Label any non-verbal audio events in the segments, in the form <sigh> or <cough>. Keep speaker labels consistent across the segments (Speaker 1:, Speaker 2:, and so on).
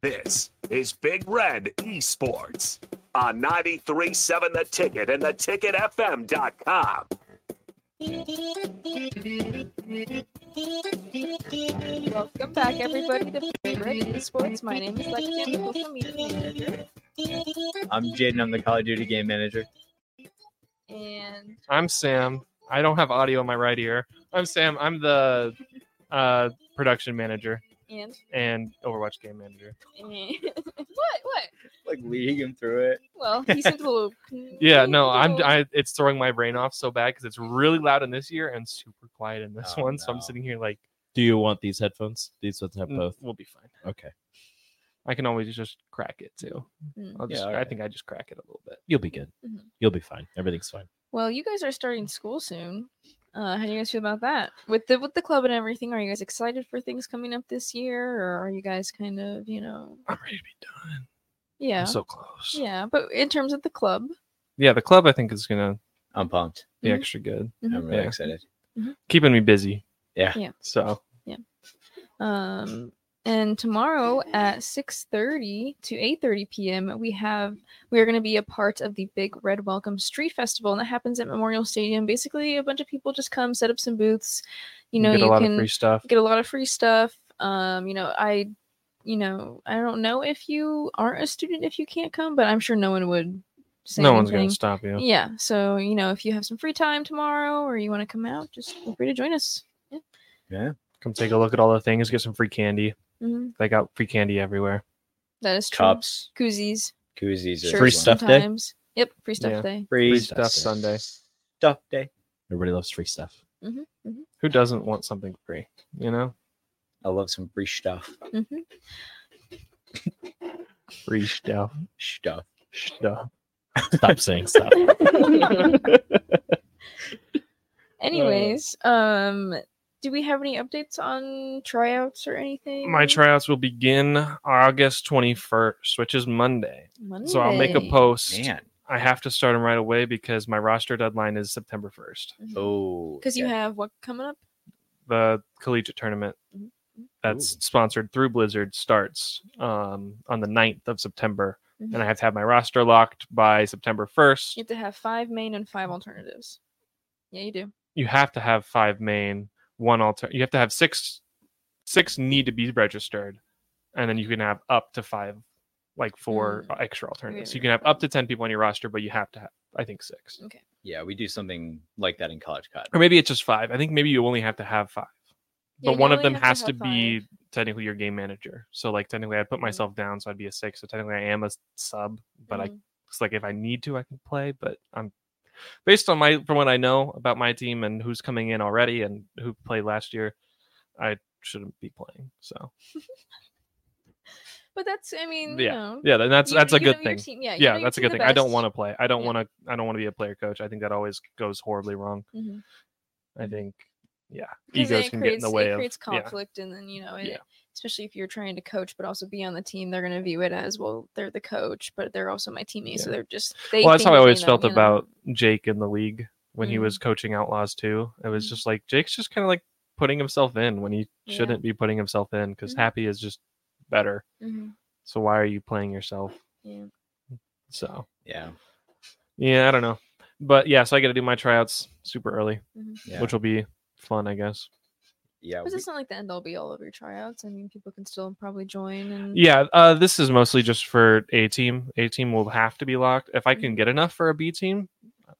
Speaker 1: This is Big Red Esports on 937 The Ticket and theticketfm.com.
Speaker 2: Welcome back, everybody, to Favorite Esports. My name is Lexi. I'm the social media manager.
Speaker 3: I'm Jaden. I'm the Call of Duty game manager.
Speaker 2: And
Speaker 4: I'm Sam. I don't have audio in my right ear. I'm Sam. I'm the uh, production manager
Speaker 2: and
Speaker 4: and Overwatch game manager.
Speaker 2: and <laughs> what? What?
Speaker 3: Like leading him through it.
Speaker 2: Well, he's into the
Speaker 4: <laughs>
Speaker 2: loop.
Speaker 4: Yeah, no, I'm. I, it's throwing my brain off so bad because it's really loud in this year and super quiet in this
Speaker 3: Oh,
Speaker 4: one. So
Speaker 3: no.
Speaker 4: I'm sitting here like,
Speaker 5: Do you want these headphones? These ones have
Speaker 4: "Mm,
Speaker 5: both.
Speaker 4: we'll be fine.
Speaker 5: Okay.
Speaker 4: I can always just crack it too.
Speaker 2: Mm.
Speaker 4: I'll just.
Speaker 5: Yeah,
Speaker 4: I
Speaker 5: okay.
Speaker 4: think I just crack it a little bit.
Speaker 5: You'll be good.
Speaker 2: Mhm.
Speaker 5: You'll be fine. Everything's fine.
Speaker 2: Well, you guys are starting school soon. Uh, how do you guys feel about that? With the with the club and everything, are you guys excited for things coming up this year, or are you guys kind of you know?
Speaker 4: I'm ready to be done.
Speaker 2: Yeah,
Speaker 4: I'm so close. Yeah.
Speaker 2: yeah. But in terms of the club,
Speaker 4: the club I think is gonna
Speaker 3: I'm pumped.
Speaker 4: be
Speaker 2: Mhm.
Speaker 4: extra good,
Speaker 3: I'm really
Speaker 4: Yeah.
Speaker 3: excited.
Speaker 4: keeping me busy.
Speaker 3: Yeah.
Speaker 2: Yeah.
Speaker 4: So
Speaker 2: Um, and tomorrow at 6:30 to 8:30 p.m. we have we are going to be a part of the Big Red Welcome Street Festival, and that happens at Memorial Stadium. Basically, a bunch of people just come, set up some booths. You know,
Speaker 4: get
Speaker 2: you
Speaker 4: a lot
Speaker 2: can
Speaker 4: of free stuff.
Speaker 2: get a lot of free stuff. Um, you know, I, you know, I don't know if you aren't a student if you can't come, but I'm sure no one would. Say
Speaker 4: No one's
Speaker 2: anything.
Speaker 4: gonna stop you.
Speaker 2: Yeah. So, you know, if you have some free time tomorrow or you want to come out, just feel free to join us.
Speaker 4: Come take a look at all the things. Get some free candy.
Speaker 2: Mhm,
Speaker 4: They got free candy everywhere.
Speaker 2: That is true.
Speaker 3: Cups,
Speaker 2: Koozies.
Speaker 3: koozies,
Speaker 2: Shirts
Speaker 5: Free stuff day?
Speaker 2: sometimes. Yep, free stuff
Speaker 4: Yeah.
Speaker 2: day.
Speaker 3: free
Speaker 4: Free stuff Sunday.
Speaker 3: Stuff day.
Speaker 5: Everybody loves free stuff.
Speaker 4: Who doesn't want something free? You know,
Speaker 3: I love some free stuff.
Speaker 2: hmm
Speaker 4: free stuff,
Speaker 3: Stuff.
Speaker 4: stuff.
Speaker 5: Stop saying stuff.
Speaker 2: Mm-hmm.
Speaker 5: <laughs>
Speaker 2: <laughs> Anyways, um, do we have any updates on tryouts or anything?
Speaker 4: My tryouts will begin August 21st, which is Monday.
Speaker 2: Monday.
Speaker 4: So I'll make a post.
Speaker 3: Man.
Speaker 4: I have to start them right away because my roster deadline is September 1st,
Speaker 3: Oh.
Speaker 2: because you
Speaker 3: yeah.
Speaker 2: have what coming up?
Speaker 4: the collegiate tournament. That's
Speaker 3: Ooh.
Speaker 4: sponsored through Blizzard starts um, on the 9th of September,
Speaker 2: Mhm.
Speaker 4: and I have to have my roster locked by September 1st.
Speaker 2: You have to have five main and five alternatives. Yeah, you do.
Speaker 4: you have to have five main, one alter. You have to have six. Six need to be registered, and then you can have up to five, like four extra alternatives. You can have up to ten people on your roster, but you have to have, I think, six,
Speaker 3: Yeah, we do something like that in college cut.
Speaker 4: or maybe it's just five. I think maybe you only have to have five,
Speaker 2: Yeah,
Speaker 4: but
Speaker 2: you
Speaker 4: one of
Speaker 2: only
Speaker 4: them
Speaker 2: have to
Speaker 4: has to,
Speaker 2: have
Speaker 4: be technically your game manager. So like technically, I put
Speaker 2: Mhm.
Speaker 4: myself down, so I'd be a six. So technically, I am a sub, but
Speaker 2: Mm-hmm.
Speaker 4: I it's like if I need to, I can play. But I'm based on my from what I know about my team and who's coming in already and who played last year, I shouldn't be playing. So
Speaker 2: But that's, I mean, you
Speaker 4: Yeah.
Speaker 2: know,
Speaker 4: yeah, then that's
Speaker 2: you-
Speaker 4: that's a
Speaker 2: you know your
Speaker 4: good thing.
Speaker 2: team- Yeah, you
Speaker 4: Yeah,
Speaker 2: know your
Speaker 4: that's a
Speaker 2: team
Speaker 4: good
Speaker 2: the
Speaker 4: thing. I don't
Speaker 2: best.
Speaker 4: want to play. I don't
Speaker 2: Yeah.
Speaker 4: want to. I don't want to be a player coach. I think that always goes horribly wrong.
Speaker 2: Mhm.
Speaker 4: I think, yeah,
Speaker 2: 'Cause then
Speaker 4: egos
Speaker 2: it
Speaker 4: can get in
Speaker 2: creates-
Speaker 4: the way
Speaker 2: it
Speaker 4: of.
Speaker 2: creates
Speaker 4: yeah.
Speaker 2: conflict, and then you know, it,
Speaker 4: Yeah.
Speaker 2: especially if you're trying to coach but also be on the team, they're going to view it as well. They're the coach, but they're also my teammate, so
Speaker 4: Yeah.
Speaker 2: they're just. They
Speaker 4: well, that's how
Speaker 2: think,
Speaker 4: I
Speaker 2: you
Speaker 4: always
Speaker 2: know,
Speaker 4: felt
Speaker 2: you know.
Speaker 4: about Jake in the league when he
Speaker 2: Mm.
Speaker 4: was coaching Outlaws too. It was
Speaker 2: Mm.
Speaker 4: just like Jake's just kind of like putting himself in when he
Speaker 2: Yeah.
Speaker 4: shouldn't be putting himself in because
Speaker 2: Mhm.
Speaker 4: Happy is just better.
Speaker 2: Mhm,
Speaker 4: So why are you playing yourself?
Speaker 2: yeah.
Speaker 4: So
Speaker 3: Yeah.
Speaker 4: yeah, I don't know, but yeah, so I got to do my tryouts super early,
Speaker 2: Mm-hmm.
Speaker 3: Yeah.
Speaker 4: which will be fun, I guess.
Speaker 3: yeah.
Speaker 2: But
Speaker 3: we-
Speaker 2: it's not like the end all be all of your tryouts. I mean, people can still probably join. And
Speaker 4: Yeah, uh, this is mostly just for A team. A team will have to be locked. If I can get enough for a B team,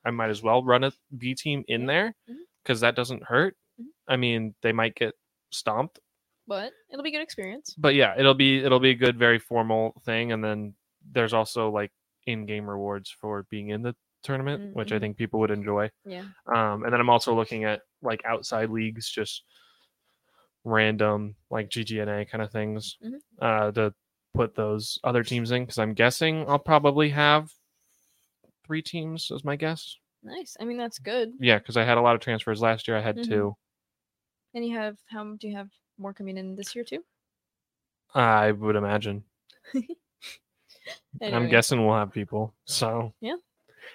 Speaker 4: I might as well run a B team in there
Speaker 2: Mhm.
Speaker 4: because that doesn't hurt.
Speaker 2: Mhm.
Speaker 4: I mean, they might get stomped,
Speaker 2: but it'll be a good experience.
Speaker 4: but yeah, it'll be it'll be a good, very formal thing. And then there's also like in-game rewards for being in the
Speaker 2: Mm,
Speaker 4: tournament, which I
Speaker 2: mhm.
Speaker 4: think people would enjoy.
Speaker 2: Yeah.
Speaker 4: Um, and then I'm also looking at like outside leagues, just random like GGNA kind of things
Speaker 2: Mhm.
Speaker 4: uh, to put those other teams in because I'm guessing I'll probably have three teams as my guess.
Speaker 2: Nice. I mean, that's good.
Speaker 4: Yeah, because I had a lot of transfers last year. I had
Speaker 2: Mhm.
Speaker 4: two.
Speaker 2: And you have how m- do you have more coming in this year too?
Speaker 4: I would imagine. I'm
Speaker 2: Anyway,
Speaker 4: guessing we'll have people. So
Speaker 2: Yeah.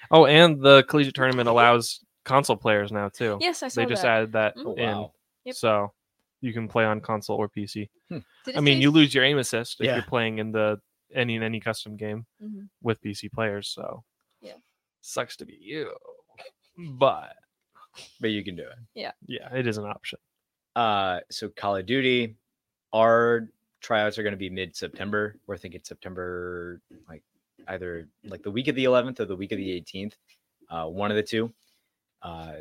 Speaker 4: Oh, and the collegiate tournament allows console players now too.
Speaker 2: Yes, I saw
Speaker 4: they just
Speaker 2: that.
Speaker 4: added that
Speaker 2: Mhm.
Speaker 3: Oh,
Speaker 4: in.
Speaker 3: wow.
Speaker 2: Yep.
Speaker 4: So You can play on console or PC.
Speaker 2: Did
Speaker 4: I mean,
Speaker 2: say-
Speaker 4: you lose your aim assist if
Speaker 5: Yeah.
Speaker 4: you're playing in the any in any custom game
Speaker 2: Mhm.
Speaker 4: with PC players. So
Speaker 2: Yeah.
Speaker 4: sucks to be you, but
Speaker 3: but you can do it.
Speaker 4: yeah, it is an option.
Speaker 3: Uh, so Call of Duty, our tryouts are going to be mid September. We're thinking September, like either like the week of the 11th or the week of the 18th, uh, one of the two. Uh,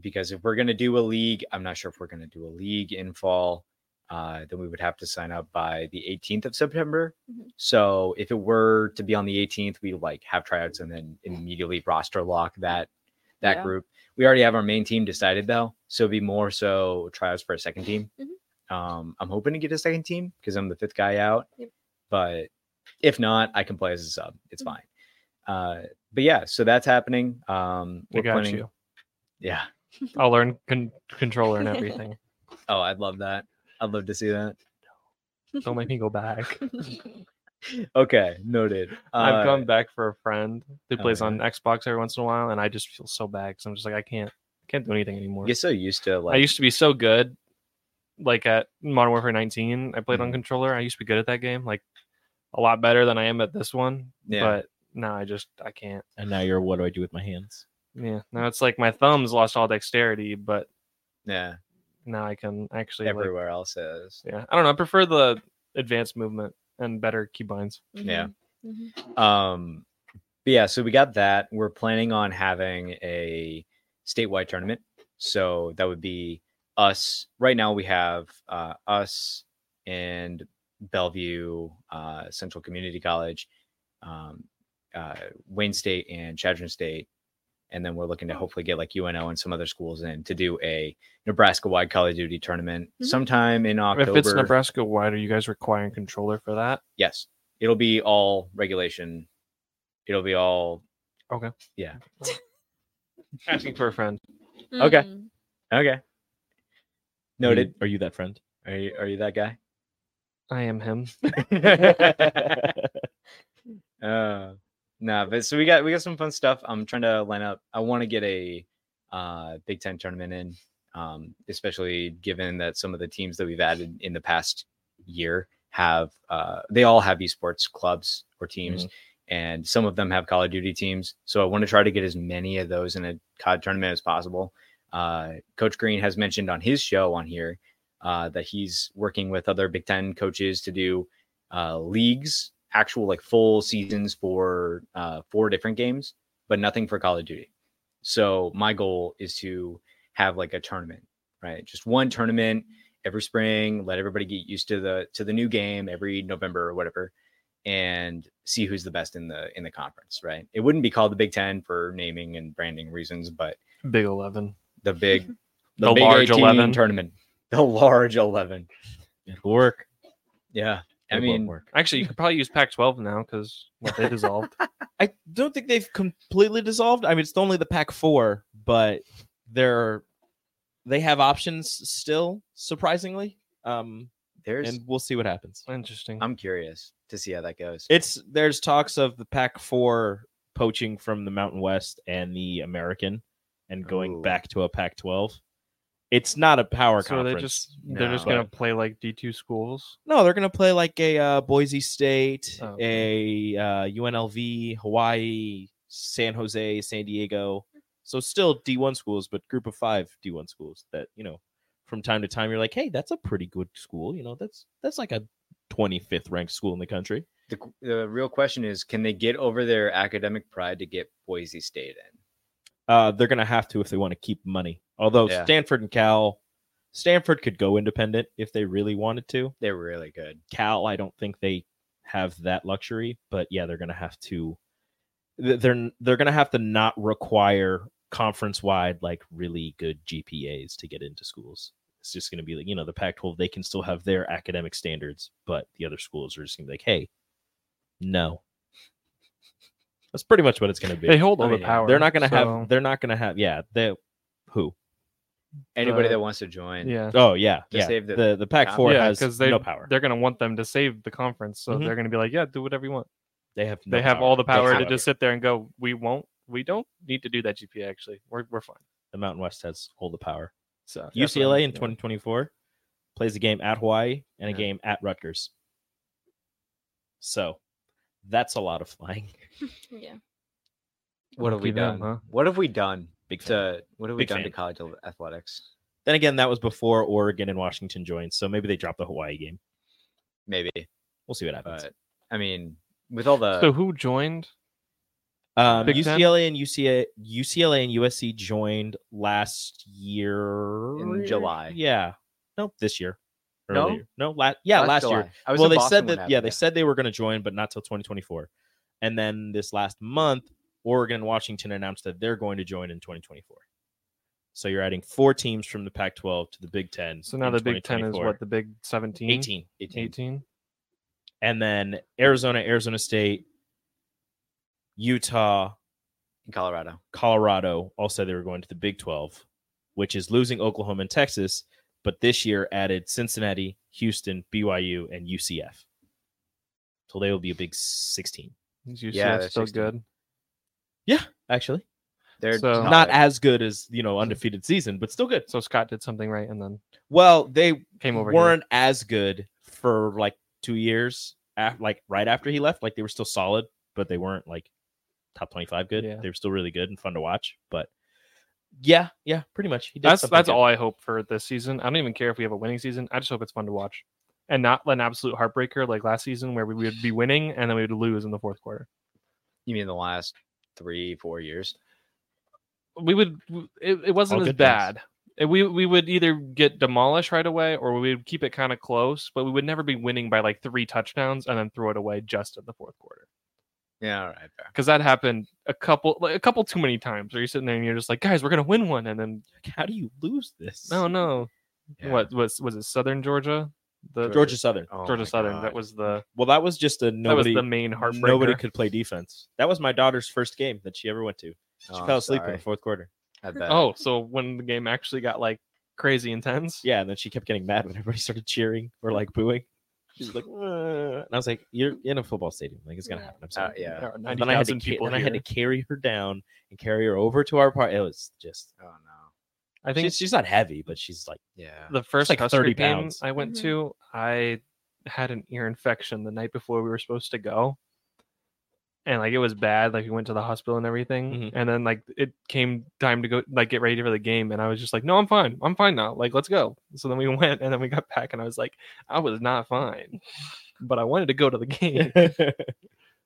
Speaker 3: because if we're going to do a league, I'm not sure if we're going to do a league in fall. Uh, then we would have to sign up by the 18th of September.
Speaker 2: Mhm.
Speaker 3: So if it were to be on the 18th, we like have tryouts and then immediately roster lock that that
Speaker 2: Yeah.
Speaker 3: group. We already have our main team decided though, so it'd be more so tryouts for a second team. Um, I'm hoping to get a second team because I'm the fifth guy out.
Speaker 2: Yep.
Speaker 3: But if not, I can play as a sub. It's
Speaker 2: Mhm.
Speaker 3: fine. Uh, but yeah, so that's happening. Um,
Speaker 4: We got
Speaker 3: planning-
Speaker 4: you.
Speaker 3: Yeah.
Speaker 4: I'll learn con- controller and everything.
Speaker 3: Oh, I'd love that. I'd love to see that.
Speaker 4: Don't make me
Speaker 3: <laughs>
Speaker 4: go back.
Speaker 3: Okay, noted. Uh,
Speaker 4: I've gone back for a friend who
Speaker 3: oh,
Speaker 4: plays
Speaker 3: yeah.
Speaker 4: on Xbox every once in a while, and I just feel so bad because I'm just like I can't, I can't do anything anymore.
Speaker 3: You're so used to like.
Speaker 4: I used to be so good, like at Modern Warfare 19. I played on
Speaker 3: Mhm.
Speaker 4: controller. I used to be good at that game, like a lot better than I am at this one.
Speaker 3: Yeah.
Speaker 4: But now I just I can't.
Speaker 5: And now you're what do I do with my hands?
Speaker 4: Yeah. Now it's like my thumbs lost all dexterity, but
Speaker 3: yeah.
Speaker 4: now I can actually. like-
Speaker 3: Everywhere else is.
Speaker 4: yeah. I don't know. I prefer the advanced movement and better keybinds.
Speaker 3: Yeah.
Speaker 2: Mhm.
Speaker 3: Um, but yeah, so we got that. We're planning on having a statewide tournament. So that would be us. Right now we have uh, us and Bellevue uh, Central Community College, um, uh, Wayne State, and Chadron State. And then we're looking to hopefully get like UNO and some other schools in to do a Nebraska wide Call of Duty tournament
Speaker 2: Mhm.
Speaker 3: sometime in October.
Speaker 4: If it's Nebraska wide, are you guys requiring controller for that?
Speaker 3: Yes. It'll be all regulation. It'll be all
Speaker 4: Okay.
Speaker 3: Yeah.
Speaker 4: Asking for a friend.
Speaker 3: Okay.
Speaker 2: Mm.
Speaker 3: okay.
Speaker 5: Are you-
Speaker 3: Noted.
Speaker 5: Are you that friend?
Speaker 3: Are you are you that guy?
Speaker 4: I am him.
Speaker 3: uh nah, but so we got we got some fun stuff. I'm trying to line up. I want to get a uh Big Ten tournament in. Um, especially given that some of the teams that we've added in the past year have uh they all have esports clubs or teams and some of them have Call of Duty teams. So I want to try to get as many of those in a COD tournament as possible. Uh, Coach Green has mentioned on his show on here uh, that he's working with other Big Ten coaches to do uh, leagues, actual like full seasons for uh, four different games, but nothing for Call of Duty. So my goal is to have like a tournament, right? Just one tournament every spring. Let everybody get used to the to the new game every November or whatever and see who's the best in the in the conference, right? It wouldn't be called the Big Ten for naming and branding reasons, but
Speaker 4: Big Eleven.
Speaker 3: the big the,
Speaker 4: The
Speaker 3: big
Speaker 4: large
Speaker 3: 18
Speaker 4: 11.
Speaker 3: tournament, the large eleven.
Speaker 5: It'll work.
Speaker 3: Yeah, I
Speaker 5: It won't
Speaker 3: mean,
Speaker 5: work.
Speaker 4: Actually, you could probably use Pac-12 now because what they dissolved.
Speaker 5: I don't think they've completely dissolved. I mean, it's only the Pac Four, but they're they have options still, surprisingly. Um,
Speaker 3: there's.
Speaker 5: and we'll see what happens.
Speaker 4: Interesting.
Speaker 3: I'm curious to see how that goes.
Speaker 5: It's there's talks of the Pac Four poaching from the Mountain West and the American, and going
Speaker 3: Ooh.
Speaker 5: back to a Pac Twelve. It's not a power
Speaker 4: so
Speaker 5: conference.
Speaker 4: they just they're just
Speaker 5: No.
Speaker 4: gonna play like D two schools.
Speaker 5: No, they're gonna play like a uh, Boise State,
Speaker 4: Oh,
Speaker 5: a uh, UNLV, Hawaii, San Jose, San Diego. So still D one schools, but group of five D one schools that you know from time to time you're like, hey, that's a pretty good school. You know, that's that's like a twenty fifth ranked school in the country.
Speaker 3: The, qu- the real question is, can they get over their academic pride to get Boise State in?
Speaker 5: Uh, they're gonna have to if they want to keep money. Although
Speaker 3: Yeah.
Speaker 5: Stanford and Cal, Stanford could go independent if they really wanted to.
Speaker 3: They're really good.
Speaker 5: Cal, I don't think they have that luxury, but yeah, they're gonna have to. th- They're they're gonna have to not require conference wide like really good GPAs to get into schools. It's just gonna be like you know the Pac-12 they can still have their academic standards, but the other schools are just gonna be like, hey, no. That's pretty much what it's gonna be.
Speaker 4: They hold all
Speaker 3: I mean,
Speaker 4: the
Speaker 3: yeah,
Speaker 4: power.
Speaker 5: they're not gonna
Speaker 4: so-
Speaker 5: have. They're not gonna have. Yeah, they who?
Speaker 3: Anybody
Speaker 4: Uh,
Speaker 3: that wants to join,
Speaker 4: yeah.
Speaker 5: Oh yeah,
Speaker 3: To
Speaker 5: yeah.
Speaker 3: save the-
Speaker 5: The the, Pac-4
Speaker 4: yeah,
Speaker 5: has
Speaker 4: they
Speaker 5: no power.
Speaker 4: they're gonna want them to save the conference, so
Speaker 5: Mhm.
Speaker 4: they're gonna be like, yeah, do whatever you want.
Speaker 5: They have. No
Speaker 4: they have all the power to
Speaker 5: have-
Speaker 4: just sit there and go, we won't, we don't need to do that GPA. Actually, we're we're fine.
Speaker 5: The Mountain West has all the power.
Speaker 4: So that's what I
Speaker 5: UCLA in
Speaker 4: mean, yeah.
Speaker 5: 2024 plays a game at Hawaii and a
Speaker 4: Yeah.
Speaker 5: game at Rutgers. So that's a lot of flying. <laughs>
Speaker 2: Yeah.
Speaker 3: What have we
Speaker 4: Lucky them,
Speaker 3: done?
Speaker 4: huh?
Speaker 3: What have we done?
Speaker 5: Big
Speaker 3: to what have we
Speaker 5: Big
Speaker 3: done to
Speaker 5: fan.
Speaker 3: college al- athletics?
Speaker 5: Then again, that was before Oregon and Washington joined, so maybe they dropped the Hawaii game.
Speaker 3: Maybe,
Speaker 5: We'll see what happens.
Speaker 3: but I mean, with all the
Speaker 5: Uh,
Speaker 4: so who joined?
Speaker 5: Um,
Speaker 4: Big Ten?
Speaker 5: UCLA and UCLA, UCLA and USC joined last year
Speaker 3: in July,
Speaker 5: Yeah, no, this year.
Speaker 3: No?
Speaker 5: Earlier. no, la- yeah, last,
Speaker 3: July.
Speaker 5: year.
Speaker 3: I was
Speaker 5: well,
Speaker 3: in
Speaker 5: they
Speaker 3: Boston
Speaker 5: said
Speaker 3: when
Speaker 5: that.
Speaker 3: it
Speaker 5: yeah,
Speaker 3: happened,
Speaker 5: they said they were going to join, but not till 2024. And then this last month, Oregon and Washington announced that they're going to join in 2024. So you're adding four teams from the Pac-12 to the Big Ten.
Speaker 4: So now
Speaker 5: in
Speaker 4: the Big Ten is
Speaker 5: 2024.
Speaker 4: what the Big 17?
Speaker 5: 18,
Speaker 3: 18.
Speaker 4: 18?
Speaker 5: and then Arizona, Arizona State, Utah,
Speaker 3: in Colorado.
Speaker 5: Colorado all said they were going to the Big 12, which is losing Oklahoma and Texas, but this year added Cincinnati, Houston, BYU, and UCF. So they will be a big 16,
Speaker 4: Is UCF
Speaker 3: Yeah, they're
Speaker 4: still
Speaker 3: 16.
Speaker 4: good?
Speaker 5: actually.
Speaker 3: They're
Speaker 4: So-
Speaker 5: Not as good as, you know, undefeated season, but still good.
Speaker 4: So Scott did something right and then
Speaker 5: Well, they
Speaker 4: came over here.
Speaker 5: weren't as good for like two years, af- like right after he left. Like they were still solid, but they weren't like top 25 good.
Speaker 4: Yeah.
Speaker 5: They were still really good and fun to watch. But yeah, yeah, pretty much. He did
Speaker 4: That's
Speaker 5: something
Speaker 4: that's
Speaker 5: good.
Speaker 4: all I hope for this season. I don't even care if we have a winning season. I just hope it's fun to watch, and not an absolute heartbreaker like last season where we would be winning and then we would lose in the fourth quarter.
Speaker 3: You mean the last three, four years?
Speaker 4: We would. It, it
Speaker 5: All
Speaker 4: wasn't as
Speaker 5: good things.
Speaker 4: bad. And We we would either get demolished right away or we would keep it kind of close, but we would never be winning by like three touchdowns and then throw it away just in the fourth quarter
Speaker 3: Yeah, all right, fair.
Speaker 4: because that happened a couple like a couple too many times. Where you're sitting there and you're just like, guys, we're gonna win one, and then
Speaker 5: How do you lose this?
Speaker 4: no, no,
Speaker 3: Yeah.
Speaker 4: what was was it Southern Georgia? The
Speaker 5: Georgia Southern.
Speaker 3: Oh my
Speaker 4: Georgia Southern.
Speaker 3: God.
Speaker 4: That was the
Speaker 5: Well, that was just a
Speaker 4: that
Speaker 5: nobody.
Speaker 4: was the main heartbreaker.
Speaker 5: nobody could play defense. That was my daughter's first game that she ever went to. She
Speaker 3: Oh, I'm
Speaker 5: fell asleep in
Speaker 3: sorry.
Speaker 5: the fourth quarter.
Speaker 3: I bet.
Speaker 4: Oh, so when the game actually got like crazy intense.
Speaker 5: Yeah, and then she kept getting mad when <laughs> everybody started cheering or like booing. She's like, "Uh," and I was like, "You're in a football stadium. Like it's gonna
Speaker 2: Yeah.
Speaker 5: happen." I'm
Speaker 3: Uh,
Speaker 5: sorry.
Speaker 3: yeah.
Speaker 4: There are
Speaker 5: And then I had to
Speaker 4: 90,000
Speaker 5: ca-
Speaker 4: people
Speaker 5: then I had to
Speaker 4: here.
Speaker 5: carry her down and carry her over to our part. It was just.
Speaker 3: Oh no.
Speaker 4: I think
Speaker 5: She's, she's not heavy, but she's like,
Speaker 3: Yeah.
Speaker 4: the first
Speaker 5: like
Speaker 4: Husker
Speaker 5: 30
Speaker 4: game
Speaker 5: pounds.
Speaker 4: I went
Speaker 2: Mhm.
Speaker 3: Mm-hmm.
Speaker 4: to, I had an ear infection the night before we were supposed to go. And like it was bad. Like we went to the hospital and everything.
Speaker 5: Mhm.
Speaker 4: And then like it came time to go like get ready for the game. And I was just like, no, I'm fine. I'm fine now. Like, let's go. So then we <laughs> went and then we got back and I was like, I was not fine. But I wanted to go to the <laughs> game.
Speaker 5: "Mm."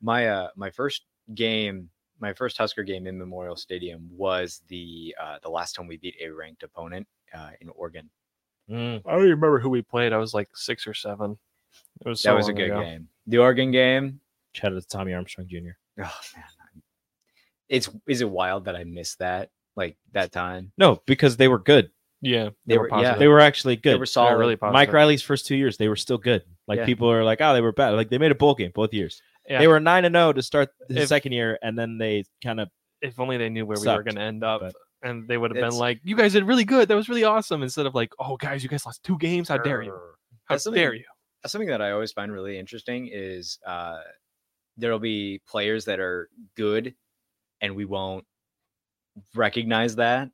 Speaker 3: my uh my first game my first husker game in memorial stadium was the uh the last time we beat a ranked opponent uh in oregon
Speaker 5: Mm.
Speaker 4: I don't even remember who we played. I was like six or seven. It was so
Speaker 3: that was a
Speaker 4: long
Speaker 3: good
Speaker 4: ago.
Speaker 3: game the oregon game
Speaker 5: shout out to Tommy Armstrong Jr.
Speaker 3: oh man I'm- it's is it wild that i missed that like that time
Speaker 5: No, because they were good.
Speaker 4: Yeah,
Speaker 3: They were- yeah.
Speaker 5: They were actually good.
Speaker 3: they were solid
Speaker 4: really positive.
Speaker 5: Mike Riley's first two years, they were still good. Like
Speaker 3: Yeah.
Speaker 5: people are like, oh, they were bad. Like they made a bowl game both years.
Speaker 4: Yeah.
Speaker 5: They were nine and zero to start the
Speaker 4: If-
Speaker 5: second year, and then they kind of
Speaker 4: if only they knew where we were
Speaker 5: Sucked,
Speaker 4: going to end up,
Speaker 5: but-
Speaker 4: and they would have
Speaker 3: It's-
Speaker 4: been like, "You guys did really good. That was really awesome." Instead of like, "Oh, guys, you guys lost two games. How dare you? How
Speaker 3: That's something-
Speaker 4: dare you?"
Speaker 3: that's something that I always find really interesting is uh, there'll be players that are good and we won't recognize that.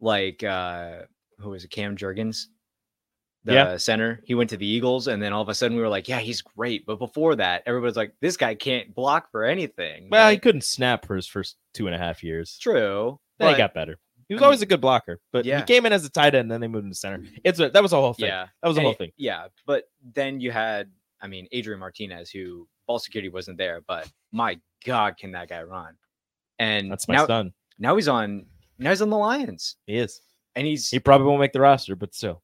Speaker 3: Like uh who is it? Cam Jurgens, the
Speaker 5: Yeah.
Speaker 3: center. He went to the Eagles and then all of a sudden we were like, yeah, he's great. But before that, everybody's like, this guy can't block for anything.
Speaker 5: well, he
Speaker 3: right?
Speaker 5: couldn't snap for his first two and a half years.
Speaker 3: it's true.
Speaker 5: Then
Speaker 3: but-
Speaker 5: he got better. He was
Speaker 3: I mean-
Speaker 5: always a good blocker, but
Speaker 3: Yeah.
Speaker 5: he came in as a tight end, and then they moved him to center. It's a, that was a whole thing.
Speaker 3: yeah.
Speaker 5: That was a
Speaker 3: And
Speaker 5: whole
Speaker 3: it-
Speaker 5: thing.
Speaker 3: Eh, Yeah, but then you had, I mean, Adrian Martinez, who ball security wasn't there, but my God, can that guy run? And
Speaker 5: That's my
Speaker 3: now,
Speaker 5: son.
Speaker 3: now he's on, now he's on the Lions,
Speaker 5: He is.
Speaker 3: and he's
Speaker 5: He probably won't make the roster, but still,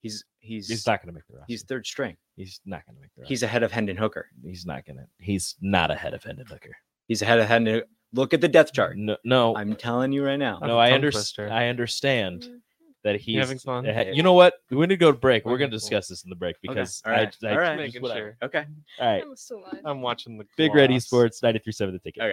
Speaker 3: he's he's
Speaker 5: he's not going to make the roster.
Speaker 3: he's third string.
Speaker 5: He's not going to make the roster.
Speaker 3: He's ahead of Hendon Hooker.
Speaker 5: he's not going to. He's not ahead of Hendon Hooker.
Speaker 3: He's ahead of Hendon. Look at the depth chart.
Speaker 5: No, no,
Speaker 3: I'm telling you right now.
Speaker 4: That's
Speaker 5: no.
Speaker 4: a
Speaker 5: I
Speaker 4: tongue
Speaker 5: understand.
Speaker 4: twister.
Speaker 5: I understand that he's
Speaker 4: You having fun?
Speaker 5: Uh,
Speaker 3: Yeah.
Speaker 5: You know what? We need to go to break. We're
Speaker 4: Okay,
Speaker 5: going to
Speaker 4: cool.
Speaker 5: discuss this in the break because
Speaker 3: All right.
Speaker 5: I, I,
Speaker 3: All right.
Speaker 5: just
Speaker 4: Making
Speaker 5: whatever.
Speaker 4: sure.
Speaker 3: Okay.
Speaker 5: All right.
Speaker 2: I'm still alive.
Speaker 4: I'm watching the
Speaker 5: Big Red
Speaker 4: Gloss.
Speaker 5: Esports 93.7 The Ticket.
Speaker 3: Okay.